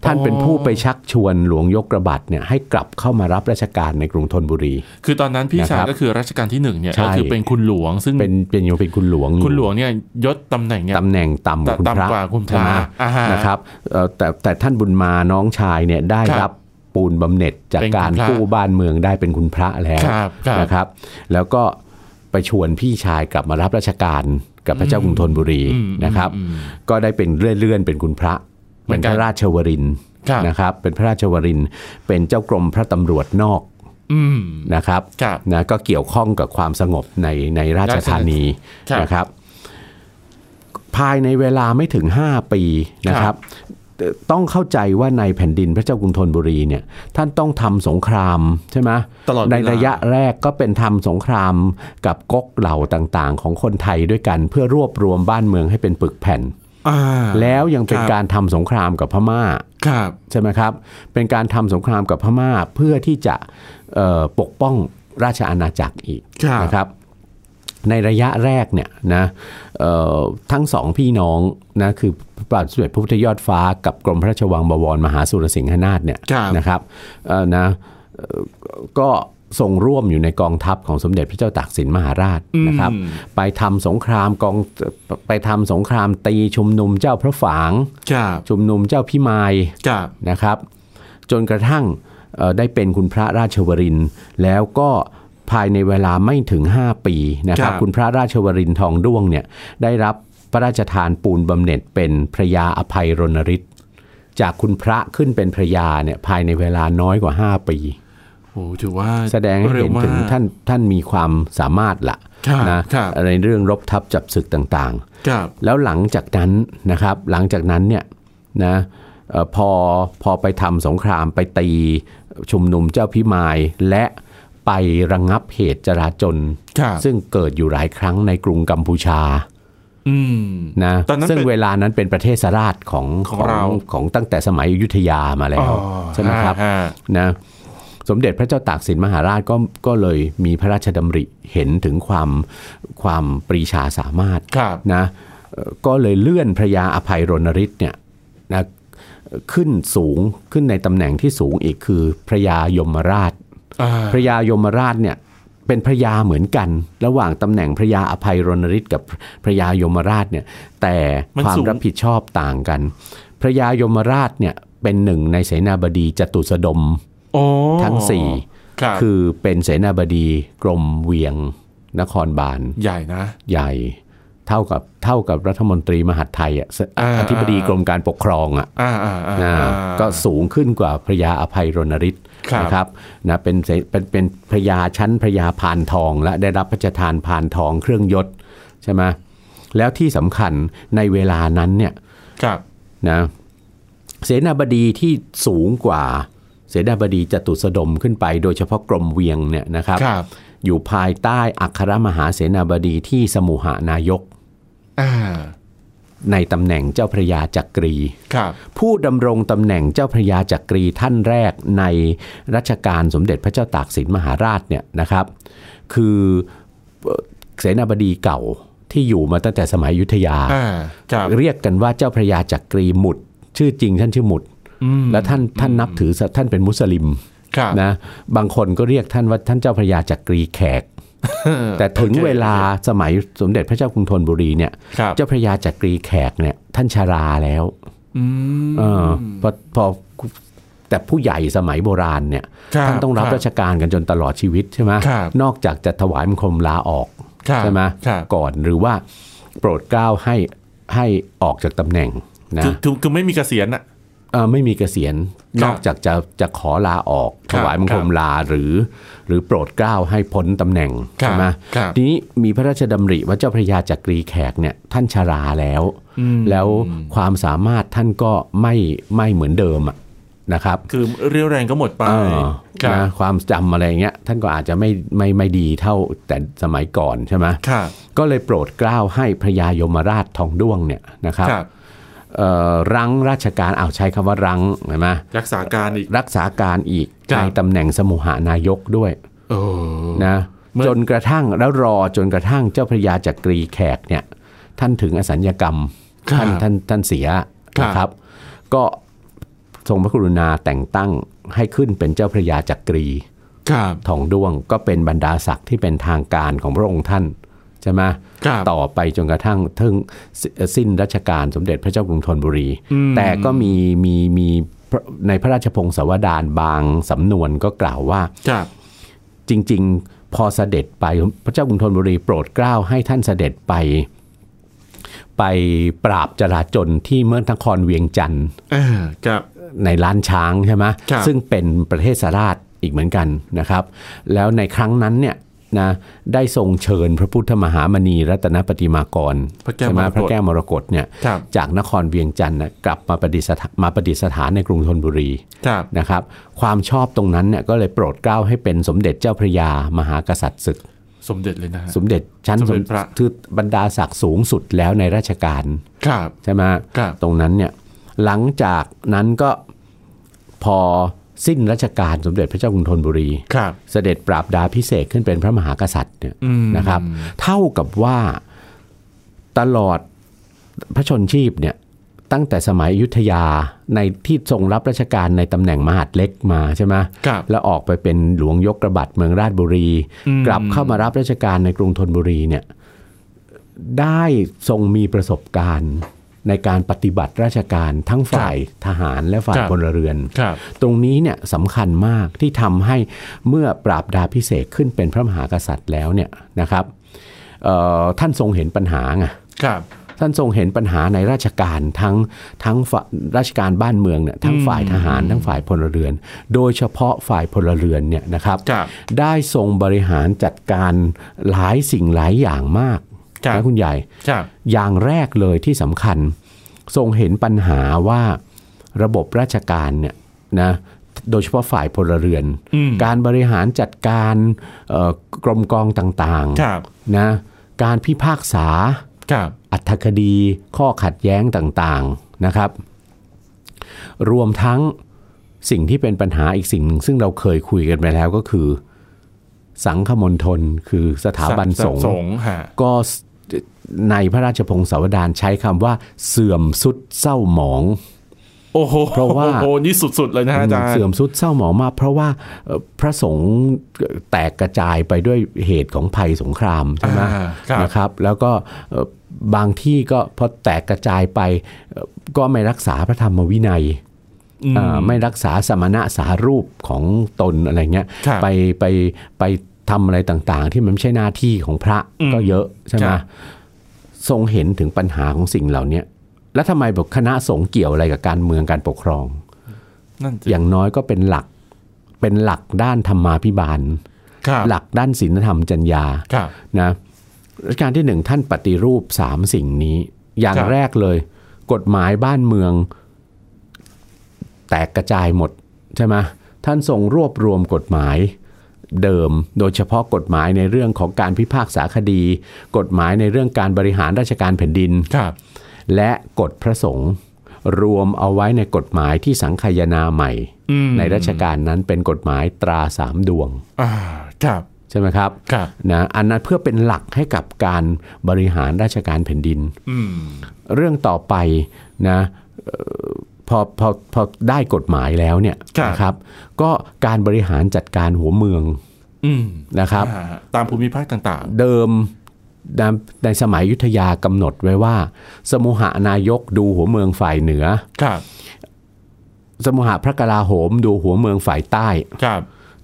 [SPEAKER 3] ท่านเป็น
[SPEAKER 2] อ๋อ
[SPEAKER 3] ผู้ไปชักชวนหลวงยกระบัดเนี่ยให้กลับเข้ามารับราชการในกรุงธนบุรี
[SPEAKER 2] คือตอนนั้นพี่
[SPEAKER 3] นะครั
[SPEAKER 2] ชาย
[SPEAKER 3] บ
[SPEAKER 2] ก็คือรัชกาลที่หนึ่งเนี่ย
[SPEAKER 3] ใช่
[SPEAKER 2] ก็คือเป็นคุณหลวง ซึ่ง
[SPEAKER 3] เป็นเป็นยังเป็นคุณหลวงอยู่
[SPEAKER 2] คุณหลวงเนี่ยยศตำแหน่งเนี่ย
[SPEAKER 3] ตำแหน่งต่ำกว่าคุณพระ
[SPEAKER 2] ต่ำกว่าคุณพระ
[SPEAKER 3] ใช่ไหม
[SPEAKER 2] อ่าฮะ
[SPEAKER 3] นะครับเอ่อแต่แต่ท่านบุญมาน้องชายเนี่ยได้รับปูนบำเหน็จจาก
[SPEAKER 2] เป็นคุณ
[SPEAKER 3] การ
[SPEAKER 2] พระ
[SPEAKER 3] กู้บ้านเมืองได้เป็นคุณพระแล้ว
[SPEAKER 2] ครับครับ
[SPEAKER 3] นะครับ แล้วก็ไปชวนพี่ชายกลับมารับราชการกับพระเจ้ากรุงธนบุรี
[SPEAKER 2] อืม
[SPEAKER 3] นะครับ
[SPEAKER 2] อืมอืม
[SPEAKER 3] ก็ได้เป็นเลื่อนๆเป็นคุณพระ
[SPEAKER 2] เหมื
[SPEAKER 3] เป็
[SPEAKER 2] อน
[SPEAKER 3] น
[SPEAKER 2] กัน
[SPEAKER 3] พระราชวรินทร์
[SPEAKER 2] ครับ
[SPEAKER 3] นะครับ เป็นพระราชวรินทร์เป็นเจ้ากรมพระตำรวจนอก
[SPEAKER 2] อืม
[SPEAKER 3] นะครับ
[SPEAKER 2] ครับ
[SPEAKER 3] นะก็เกี่ยวข้องกับความสงบในในราชธานี
[SPEAKER 2] ครับ
[SPEAKER 3] นะครับ ภายในเวลาไม่ถึง 5 ปีนะค
[SPEAKER 2] ครั
[SPEAKER 3] รับ บ ต้องเข้าใจว่าในแผ่นดินพระเจ้ากรุงธนบุรีเนี่ย ท่านต้องทำสงครามใช่ไหม
[SPEAKER 2] ตลอดเวลา
[SPEAKER 3] ในระยะแรกก็เป็นทำสงครามกับก๊กเหล่าต่างๆ ของคนไทยด้วยกัน เพื่อรวบรวมบ้านเมืองให้เป็นปึกแผ่น
[SPEAKER 2] อ่า
[SPEAKER 3] แล้วยังเป็น
[SPEAKER 2] ครับ
[SPEAKER 3] การทำสงครามกับพม่า
[SPEAKER 2] ครับ
[SPEAKER 3] ใช่ไหมครับ เป็นการทำสงครามกับพม่าเพื่อที่จะเอ่อปกป้องราชอาณาจักรอีก
[SPEAKER 2] ครับ
[SPEAKER 3] นะครับ ในระยะแรกเนี่ยนะเอ่อทั้งสองพี่น้องนะคือพระบาทสมเด็จพระพุทธยอดฟ้ากับกรมพระราชวังบวรมหาสุรสิงหนาถเนี่ย
[SPEAKER 2] ครับ
[SPEAKER 3] นะครับเอ่อนะเอ่อก็ส่งร่วมอยู่ในกองทัพของสมเด็จพระเจ้าตากสินมหาราชนะครับ ไปทำสงครามกองไปทำสงครามตีชุมนุมเจ้าพระฝาง
[SPEAKER 2] ครับ
[SPEAKER 3] ชุมนุมเจ้าพิมาย
[SPEAKER 2] ครับ
[SPEAKER 3] นะครับจนกระทั่งเอ่อได้เป็นคุณพระราชวรินทร์แล้วก็ภายในเวลาไม่ถึง 5 ปีนะครับคุณพระราชวรินทร์ทองด้วงเนี่ยได้รับพระราชทานปูนบำเหน็จเป็นพระยาอภัยรณฤทธิ์จากคุณพระขึ้นเป็นพระยาเนี่ยภายในเวลาน้อยกว่า 5 ปี
[SPEAKER 2] โอ้ถือว่า
[SPEAKER 3] แสดงให้เห็นถึง
[SPEAKER 2] ร็วมก
[SPEAKER 3] ท่านท่านมีความสามารถละ
[SPEAKER 2] ครับ
[SPEAKER 3] นะครับ ในเรื่องรบทัพจับศึกต่าง ๆ
[SPEAKER 2] ครับ
[SPEAKER 3] แล้วหลังจากนั้นนะครับหลังจากนั้นเนี่ยนะเอ่อพอพอไปทำสงครามไปตีชุมนุมเจ้าพิมาย และไประงงับเหตุจราจร
[SPEAKER 2] ครับ
[SPEAKER 3] ซึ่งเกิดอยู่หลายครั้งในกรุงกัมพูชา
[SPEAKER 2] อืม
[SPEAKER 3] นะ
[SPEAKER 2] ตอนนั้น
[SPEAKER 3] ซึ่ง
[SPEAKER 2] เป็น
[SPEAKER 3] เวลานั้นเป็นประเทศสราชของ
[SPEAKER 2] ของเรา
[SPEAKER 3] ของตั้งแต่สมัยอยุธยามาแล้ว
[SPEAKER 2] อ๋อ
[SPEAKER 3] ใช่ไหมครับ
[SPEAKER 2] ฮะ
[SPEAKER 3] นะสมเด็จพระเจ้าตากสินมหาราชก็ก็เลยมีพระราชดำริเห็นถึงความความปรีชาสามารถ
[SPEAKER 2] ครับ
[SPEAKER 3] นะเอ่อก็เลยเลื่อนพระยาอภัยรณฤทธิ์เนี่ยนะเอ่อขึ้นสูงขึ้นในตำแหน่งที่สูงอีกคือพระยายมราช
[SPEAKER 2] อ่า
[SPEAKER 3] พระยายมราชเนี่ยเป็นพระยาเหมือนกัน ระหว่างตำแหน่งพระยาอภัยรณฤทธิ์กับพระยายมราชเนี่ยแต่ความรับผิดชอบต่างกัน พระยายมราชเนี่ยเป็นหนึ่งในเสนาบดีจตุสดม
[SPEAKER 2] โอ้
[SPEAKER 3] ทั้งสี่
[SPEAKER 2] ครับ
[SPEAKER 3] คือเป็นเสนาบดีกรมเวียงนครบาล
[SPEAKER 2] ใหญ่นะ
[SPEAKER 3] ใหญ่ เท่ากับเท่ากับรัฐมนตรีมหาดไทยอ่ะส
[SPEAKER 2] อ่า
[SPEAKER 3] อธิบดีกรมการปกครองอ่ะ
[SPEAKER 2] อ่าอ่าอ่า
[SPEAKER 3] นะก็สูงขึ้นกว่าพระยาอภัยรณฤทธิ์
[SPEAKER 2] ครับ
[SPEAKER 3] นะครับนะเป็นเสเป็นเป็นพระยาชั้นพระยาพานทอง และได้รับพระราชทานพานทองเครื่องยศใช่ไหมแล้วที่สำคัญในเวลานั้นเนี่ย
[SPEAKER 2] ครับ
[SPEAKER 3] นะเสนาบดีที่สูงกว่า เสนาบดีจตุสดมขึ้นไป โดยเฉพาะกรมเวียงเนี่ยนะครับ
[SPEAKER 2] ครับ
[SPEAKER 3] อยู่ภายใต้อัครมหาเสนาบดีที่สมุหานายก
[SPEAKER 2] อ่า
[SPEAKER 3] ในตำแหน่งเจ้าพระยาจักรี
[SPEAKER 2] ครับ
[SPEAKER 3] ผู้ดำรงตำแหน่งเจ้าพระยาจักรีท่านแรกในรัชกาลสมเด็จพระเจ้าตากสินมหาราชเนี่ยนะครับ คือเอ่อเสนาบดีเก่าที่อยู่มาตั้งแต่สมัยอยุธยา
[SPEAKER 2] อ่าครับ
[SPEAKER 3] เรียกกันว่าเจ้าพระยาจักรีหมุด ชื่อจริงท่านชื่อหมุด
[SPEAKER 2] อืม
[SPEAKER 3] และท่านท่านนับถือศาท่านเป็นมุสลิม
[SPEAKER 2] ครับ
[SPEAKER 3] นะบางคนก็เรียกท่านว่าท่านเจ้าพระยาจักรีแข
[SPEAKER 2] (laughs)
[SPEAKER 3] ก แต่ถึงเวลาสมัยสมเด็จพระเจ้ากรุงธนบุรีเนี่ย
[SPEAKER 2] ครับ
[SPEAKER 3] เจ้าพระยาจักรีแขกเนี่ยท่านชราแล้ว
[SPEAKER 2] อืม
[SPEAKER 3] เออพอพอแต่ผู้ใหญ่สมัยโบราณเนี่ย
[SPEAKER 2] ครับ
[SPEAKER 3] ท่านต้องรับ
[SPEAKER 2] ครับ
[SPEAKER 3] ราชการกันจนตลอดชีวิตใช่ไหม
[SPEAKER 2] ครับ
[SPEAKER 3] นอกจากจะถวายบังคมลาออก
[SPEAKER 2] ครับ
[SPEAKER 3] ใช่ไหม
[SPEAKER 2] ครับ
[SPEAKER 3] ก่อนหรือว่าโปรดเกล้าให้ให้ออกจากตำแหน่งนะ
[SPEAKER 2] คือคือคือไม่มีเกษียณอะ
[SPEAKER 3] เอ่อไม่มีเกษียณ
[SPEAKER 2] ครับ
[SPEAKER 3] นอกจากจะจะขอลาออก
[SPEAKER 2] ค
[SPEAKER 3] ถ
[SPEAKER 2] รับ
[SPEAKER 3] วายบังคมลาหรือ หรือโปรดเกล้าให้พ้นตำแหน่ง
[SPEAKER 2] ครับ
[SPEAKER 3] ใช่ไหม
[SPEAKER 2] ครับ
[SPEAKER 3] ทีนี้มีพระราชดำริว่าเจ้าพระยาจักรีแขกเนี่ยท่านชราแล้ว
[SPEAKER 2] อืม
[SPEAKER 3] แล้วความสามารถท่านก็ไม่ไม่เหมือนเดิมอะนะครับ
[SPEAKER 2] คือเรี่ยวแรงก็หมดไป
[SPEAKER 3] เออ
[SPEAKER 2] ครั
[SPEAKER 3] นะ
[SPEAKER 2] บ
[SPEAKER 3] ความจำอะไรเงี้ยท่านก็อาจจะไม่ไม่ไม่ดีเท่าแต่สมัยก่อนใช่ไหม
[SPEAKER 2] ครับ
[SPEAKER 3] ก็เลยโปรดเกล้าให้พระยายมราชทองด้วงเนี่ยนะครับ
[SPEAKER 2] ครับ
[SPEAKER 3] เอ่อรั้งราชการเอาวใช้คำว่ารั้งเห็นไหม
[SPEAKER 2] รักษาการอีก
[SPEAKER 3] รักษาการอีก
[SPEAKER 2] ครับ
[SPEAKER 3] ในตำแหน่งสมุหานายกด้วย
[SPEAKER 2] โอ้
[SPEAKER 3] นะ
[SPEAKER 2] เมื่อ
[SPEAKER 3] จนกระทั่งแล้วรอจนกระทั่งเจ้าพระยาจักรีแขกเนี่ยท่านถึงอสัญญกรรม
[SPEAKER 2] ครับ
[SPEAKER 3] ท่านท่านท่านเสีย
[SPEAKER 2] ครับ
[SPEAKER 3] นะครับ ก็ทรงพระกรุณาแต่งตั้งให้ขึ้นเป็นเจ้าพระยาจักรี
[SPEAKER 2] ครับ
[SPEAKER 3] ทองด้วงก็เป็นบรรดาศักดิ์ที่เป็นทางการของพระองค์ท่านใช่ไหม
[SPEAKER 2] ครับ
[SPEAKER 3] ต่อไปจนกระทั่งถึงสิสิ้นรัชกาลสมเด็จพระเจ้ากรุงธนบุรี แต่ก็มีมีมีในพระราชพงศาวดารบางสำนวนก็กล่าวว่า
[SPEAKER 2] ครับ
[SPEAKER 3] จริง ๆ พอเสด็จไปพระเจ้ากรุงธนบุรีโปรดเกล้าให้ท่านเสด็จไป ไปปราบจราจนที่เมืองนครเวียงจันทร์
[SPEAKER 2] เออครับ
[SPEAKER 3] ในร้านช้างใช่ไหม
[SPEAKER 2] ครับ
[SPEAKER 3] ซึ่งเป็นประเทศสาราชอีกเหมือนกันนะครับ แล้วในครั้งนั้นเนี่ยนะได้ทรงเชิญพระพุทธมหามณีรัตนปฏิมากร
[SPEAKER 2] พระแก้ว
[SPEAKER 3] ใช่ไห
[SPEAKER 2] มรกต
[SPEAKER 3] พระแก้วมรกตเนี่ย
[SPEAKER 2] ครับ
[SPEAKER 3] จากนครเวียงจันทร์นะกลับมาประดิษฐานมาประดิษฐานในกรุงธนบุรี
[SPEAKER 2] ครับ
[SPEAKER 3] นะครับ ความชอบตรงนั้นเนี่ยก็เลยโปรดเกล้าให้เป็นสมเด็จเจ้าพระยามหากษัตริย์ศึก
[SPEAKER 2] สมเด็จเลยนะฮะ
[SPEAKER 3] สมเด็จชั้น
[SPEAKER 2] สมเด็จพระ
[SPEAKER 3] คือบรรดาศักดิ์สูงสุดแล้วในราชการ
[SPEAKER 2] ครับ
[SPEAKER 3] ใช่ไหม
[SPEAKER 2] ครับ
[SPEAKER 3] ตรงนั้นเนี่ยหลังจากนั้นก็พอสิ้นรัชกาลสมเด็จพระเจ้ากรุงธนบุรี
[SPEAKER 2] ครับ
[SPEAKER 3] เสด็จปราบดาพิเศษกขึ้นเป็นพระมหากษัตริย์เนี่ย
[SPEAKER 2] อืม
[SPEAKER 3] นะครับ เท่ากับว่าตลอดพระชนชีพเนี่ยตั้งแต่สมัยอยุธยาในที่ทรงรับราชการในตำแหน่งมหาดเล็กมาใช่ไหม
[SPEAKER 2] ครับ
[SPEAKER 3] แล้วออกไปเป็นหลวงยกกระบัดเมืองราชบุรี
[SPEAKER 2] อืม
[SPEAKER 3] กลับเข้ามารับราชการในกรุงธนบุรีเนี่ยได้ทรงมีประสบการณ์ในการปฏิบัติราชการทั้งฝ่ายทหารและฝ่ายพลเรือน
[SPEAKER 2] ครับ
[SPEAKER 3] ตรงนี้เนี่ยสำคัญมากที่ทำให้เมื่อปราบดาพิเศษกขึ้นเป็นพระมหากษัตริย์แล้วเนี่ยนะครับเอ่อท่านทรงเห็นปัญหาไง
[SPEAKER 2] ครับ
[SPEAKER 3] ท่านทรงเห็นปัญหาในราชการทั้งทั้งฝ่าราชการบ้านเมืองเนี่ยทั้งฝ่ายทหารทั้งฝ่ายพลเรือน โดยเฉพาะฝ่ายพลเรือนเนี่ยนะครับ
[SPEAKER 2] ครับ
[SPEAKER 3] ได้ทรงบริหารจัดการหลายสิ่งหลายอย่างมาก
[SPEAKER 2] ครับ
[SPEAKER 3] นะคุณใหญ่
[SPEAKER 2] ครับ
[SPEAKER 3] อย่างแรกเลยที่สำคัญ ทรงเห็นปัญหาว่าระบบราชการเนี่ยนะโดยเฉพาะฝ่ายพลเรือน
[SPEAKER 2] อืม
[SPEAKER 3] การบริหารจัดการเอ่อกรมกองต่าง
[SPEAKER 2] ครับ
[SPEAKER 3] ๆนะการพิพากษา
[SPEAKER 2] ครับ
[SPEAKER 3] อัธคดีข้อขัดแย้งต่างๆนะครับ รวมทั้งสิ่งที่เป็นปัญหาอีกสิ่งหนึ่งซึ่งเราเคยคุยกันไปแล้วก็คือ สังฆมณฑลคือสถาบันสงฆ์
[SPEAKER 2] สงฆ์ฮะ
[SPEAKER 3] ก็ในพระราชพงศาวดารใช้คำว่าเสื่อมสุดเศร้าหมอง
[SPEAKER 2] โอ้โห
[SPEAKER 3] เพราะว่า
[SPEAKER 2] โอ้โหนี่สุด ๆ เลยนะอาจารย์
[SPEAKER 3] เสื่อมสุดเศร้าหมองมาก เพราะว่าเอ่อพระสงฆ์แตกกระจายไปด้วยเหตุของภัยสงครามใช่ไหม
[SPEAKER 2] อ่าครับ
[SPEAKER 3] นะครับ แล้วก็เอ่อบางที่ก็พอแตกกระจายไปเอ่อก็ไม่รักษาพระธรรมวินัย
[SPEAKER 2] อืม
[SPEAKER 3] อ่าไม่รักษาสมณะสารูปของตนอะไรเงี้ย
[SPEAKER 2] ครับ
[SPEAKER 3] ไปไปไปทำอะไรต่างๆ ที่มันไม่ใช่หน้าที่ของพระ
[SPEAKER 2] อืม
[SPEAKER 3] ก็เยอะใช่ไห
[SPEAKER 2] ค
[SPEAKER 3] ม
[SPEAKER 2] รับ
[SPEAKER 3] ทรงเห็นถึงปัญหาของสิ่งเหล่านี้แล้วทำไมบอกคณะสงฆ์เกี่ยวอะไรกับการเมืองการปกครอง
[SPEAKER 2] นั่นสิ
[SPEAKER 3] อย่างน้อยก็เป็นหลักเป็นหลักด้านธรรมาภิบาล
[SPEAKER 2] ครับ
[SPEAKER 3] หลักด้านศีลธรรมจรรยา
[SPEAKER 2] ครับ
[SPEAKER 3] นะรัชกาลที่หนึ่งท่านปฏิรูปสามสิ่งนี้ อย่าง
[SPEAKER 2] ครับ
[SPEAKER 3] แรกเลย กฎหมายบ้านเมือง แตกกระจายหมดใช่ไหมท่านทรงรวบรวมกฎหมายเดิม โดยเฉพาะกฎหมายในเรื่องของการพิพากษาคดี กฎหมายในเรื่องการบริหารราชการแผ่นดิน
[SPEAKER 2] ครับ
[SPEAKER 3] และกฎพระสงฆ์รวมเอาไว้ในกฎหมายที่สังคายนาใหม่
[SPEAKER 2] อืม
[SPEAKER 3] ในรัชกาลนั้นเป็นกฎหมายตราสามดวง
[SPEAKER 2] อ่าครับ
[SPEAKER 3] ใช่ไหมครับ
[SPEAKER 2] ครับ
[SPEAKER 3] นะอันนั้นเพื่อเป็นหลักให้กับการบริหารราชการแผ่นดิน
[SPEAKER 2] อืม
[SPEAKER 3] เรื่องต่อไปนะเอ่อพอพอพอได้กฎหมายแล้วเนี่ย
[SPEAKER 2] ครับ
[SPEAKER 3] นะครับ ก็การบริหารจัดการหัวเมือง
[SPEAKER 2] อืม
[SPEAKER 3] นะครับ
[SPEAKER 2] อ่าตามภูมิภาคต่าง
[SPEAKER 3] เดิม นะในสมัยอยุทธยากำหนดไว้ว่า สมุหานายกดูหัวเมืองฝ่ายเหนือ
[SPEAKER 2] ครับ
[SPEAKER 3] สมุหพระกลาโหมดูหัวเมืองฝ่ายใต้
[SPEAKER 2] ครับ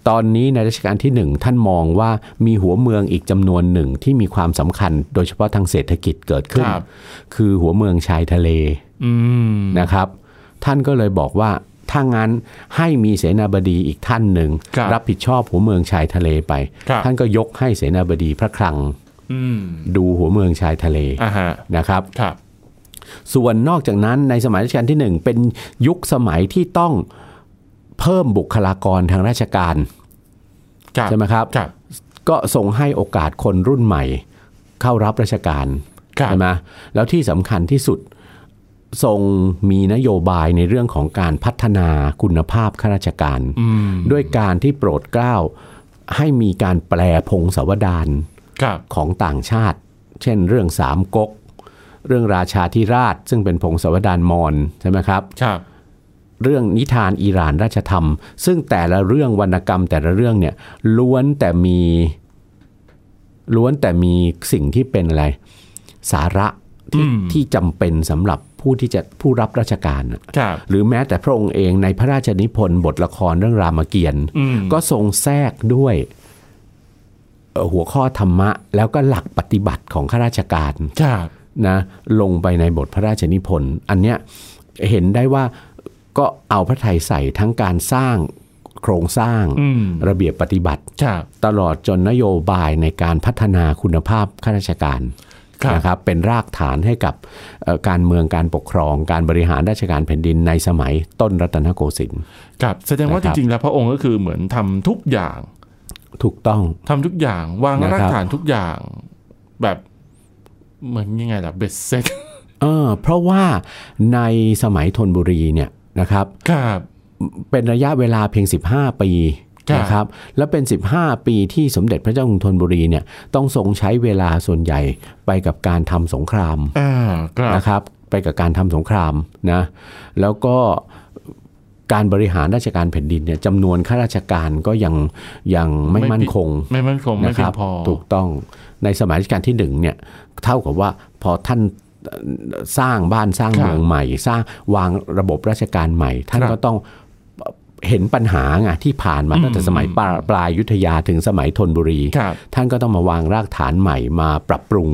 [SPEAKER 3] ตอนนี้ในรัชกาลที่หนึ่งท่านมองว่ามีหัวเมืองอีกจำนวนหนึ่งที่มีความสำคัญ โดยเฉพาะทางเศรษฐกิจเกิดขึ้น
[SPEAKER 2] ครับ
[SPEAKER 3] คือหัวเมืองชายทะเล
[SPEAKER 2] อืม
[SPEAKER 3] นะครับ ท่านก็เลยบอกว่าถ้างั้นให้มีเสนาบดีอีกท่านหนึ่ง
[SPEAKER 2] ครับ
[SPEAKER 3] รับผิดชอบหัวเมืองชายทะเลไป
[SPEAKER 2] ครับ
[SPEAKER 3] ท่านก็ยกให้เสนาบดีพระคลัง
[SPEAKER 2] อืม
[SPEAKER 3] ดูหัวเมืองชายทะเล
[SPEAKER 2] อ่าฮะ
[SPEAKER 3] นะครับ
[SPEAKER 2] ครับ
[SPEAKER 3] ส่วนนอกจากนั้นในสมัยรัชกาลที่หนึ่งเป็นยุคสมัยที่ต้องเพิ่มบุคลากรทางราชการ
[SPEAKER 2] ครับ
[SPEAKER 3] ใช่ไหมครับ
[SPEAKER 2] ครับ
[SPEAKER 3] ก็ส่งให้โอกาสคนรุ่นใหม่ เข้ารับราชการ
[SPEAKER 2] ครับ
[SPEAKER 3] ใช่ไหมแล้วที่สำคัญที่สุดทรงมีนโยบายในเรื่องของการพัฒนาคุณภาพข้าราชการ
[SPEAKER 2] อืม
[SPEAKER 3] ด้วยการที่โปรดเกล้าให้มีการแปลพงศาวดาร
[SPEAKER 2] ครับ
[SPEAKER 3] ของต่างชาติ เช่นเรื่องสามก๊กเรื่องราชาธิราช ซึ่งเป็นพงศาวดารมอญใช่ไหมครับ
[SPEAKER 2] ครับ
[SPEAKER 3] เรื่องนิทานอิหร่านราชธรรม ซึ่งแต่ละเรื่องวรรณกรรมแต่ละเรื่องเนี่ยล้วนแต่มีล้วนแต่มีสิ่งที่เป็นอะไร สาระที่
[SPEAKER 2] อืม
[SPEAKER 3] ที่จำเป็นสำหรับผู้ที่จะผู้รับราชการน่ะ
[SPEAKER 2] ครับ
[SPEAKER 3] หรือแม้แต่พระองค์เองในพระราชนิพนธ์บทละครเรื่องรามเกียรติ์
[SPEAKER 2] อืม
[SPEAKER 3] ก็ทรงแทรกด้วยเอ่อหัวข้อธรรมะ แล้วก็หลักปฏิบัติของข้าราชการ
[SPEAKER 2] ครับ
[SPEAKER 3] นะลงไปในบทพระราชนิพนธ์อันเนี้ยเห็นได้ว่าก็เอาพระไทยใส่ทั้งการสร้างโครงสร้าง
[SPEAKER 2] อืม
[SPEAKER 3] ระเบียบปฏิบัติ
[SPEAKER 2] ครับ
[SPEAKER 3] ตลอดจนนโยบายในการพัฒนาคุณภาพข้าราชการ
[SPEAKER 2] ครับ
[SPEAKER 3] นะครับเป็นรากฐานให้กับเอ่อการเมืองการปกครอง การบริหารราชการแผ่นดินในสมัยต้นรัตนโกสินทร์
[SPEAKER 2] ครับแสดงว่า
[SPEAKER 3] นะ
[SPEAKER 2] จ
[SPEAKER 3] ครับ
[SPEAKER 2] ริงๆแล้วพระองค์ก็คือเหมือนทำทุกอย่าง
[SPEAKER 3] ถูกต้อง
[SPEAKER 2] ทำทุกอย่างวาง
[SPEAKER 3] นะครับ
[SPEAKER 2] รากฐานทุกอย่าง แบบเหมือนยังไงล่ะเบ็ดเสร็จ (laughs)
[SPEAKER 3] เออเพราะว่าในสมัยธนบุรีเนี่ยนะครับ
[SPEAKER 2] ครับ
[SPEAKER 3] เป็นระยะเวลาเพียง 15 ปี
[SPEAKER 2] ครับ
[SPEAKER 3] นะครับ และเป็น 15 ปีที่สมเด็จพระเจ้ากรุงธนบุรีเนี่ยต้องทรงใช้เวลาส่วนใหญ่ไปกับการทำสงคราม
[SPEAKER 2] อ่าครับ
[SPEAKER 3] นะครับ ไปกับการทำสงครามนะ แล้วก็การบริหารราชการแผ่นดินเนี่ยจำนวนข้าราชการก็ยังยังไม่มั่นคง
[SPEAKER 2] ไม่มั่นคงไม่
[SPEAKER 3] นะค
[SPEAKER 2] เพีย
[SPEAKER 3] รั
[SPEAKER 2] งพอ
[SPEAKER 3] ถูกต้องในสมัยรัชกาลที่หนึ่งเนี่ยเท่ากับว่าพอท่านเอ่อสร้างบ้านสร้างเมืองใหม่ สร้างวางระบบราชการใหม่ ท่านก็ต้องเห็นปัญหาไงที่ผ่านมาตั้งแต่สมัยปลาปลายยุทธยาถึงสมัยธนบุรี
[SPEAKER 2] ครับ
[SPEAKER 3] ท่านก็ต้องมาวางรากฐานใหม่มาปรับปรุง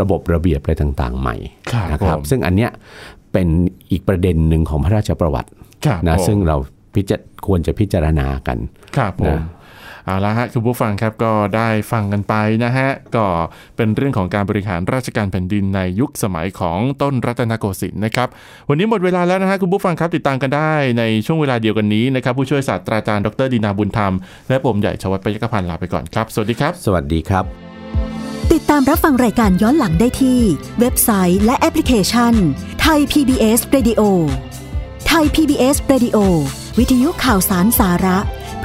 [SPEAKER 3] ระบบระเบียบอะไรต่างๆ ใหม่
[SPEAKER 2] ครับ
[SPEAKER 3] นะ
[SPEAKER 2] ผ
[SPEAKER 3] ครับ
[SPEAKER 2] ม
[SPEAKER 3] ซึ่งอันเนี้ยเป็นอีกประเด็นหนึ่งของพระราชประวัติ
[SPEAKER 2] ครับ
[SPEAKER 3] นะ
[SPEAKER 2] ผม
[SPEAKER 3] ซึ่งเราพิจารควรจะพิจารณากัน
[SPEAKER 2] ครับผม
[SPEAKER 3] นะ
[SPEAKER 2] เอาละฮะคุณผู้ฟังครับก็ได้ฟังกันไปนะฮะก็เป็นเรื่องของการบริหารราชการแผ่นดินในยุคสมัยของต้นรัตนโกสินทร์นะครับวันนี้หมดเวลาแล้วนะฮะคุณผู้ฟังครับติดตามกันได้ในช่วงเวลาเดียวกันนี้นะครับผู้ช่วยศาสตราจารย์ดรดีนาบุญธรรม และผมใหญ่ชวัฒน์ปยกพันธ์ลาไปก่อนครับสวัสดีครับ
[SPEAKER 3] สวัสดีครับ
[SPEAKER 1] ติดตามรับฟังรายการย้อนหลังได้ที่ เว็บไซต์และแอปพลิเคชันไทย PBS Radio ไทย PBS Radio วิทยุข่าวสารสาระ เ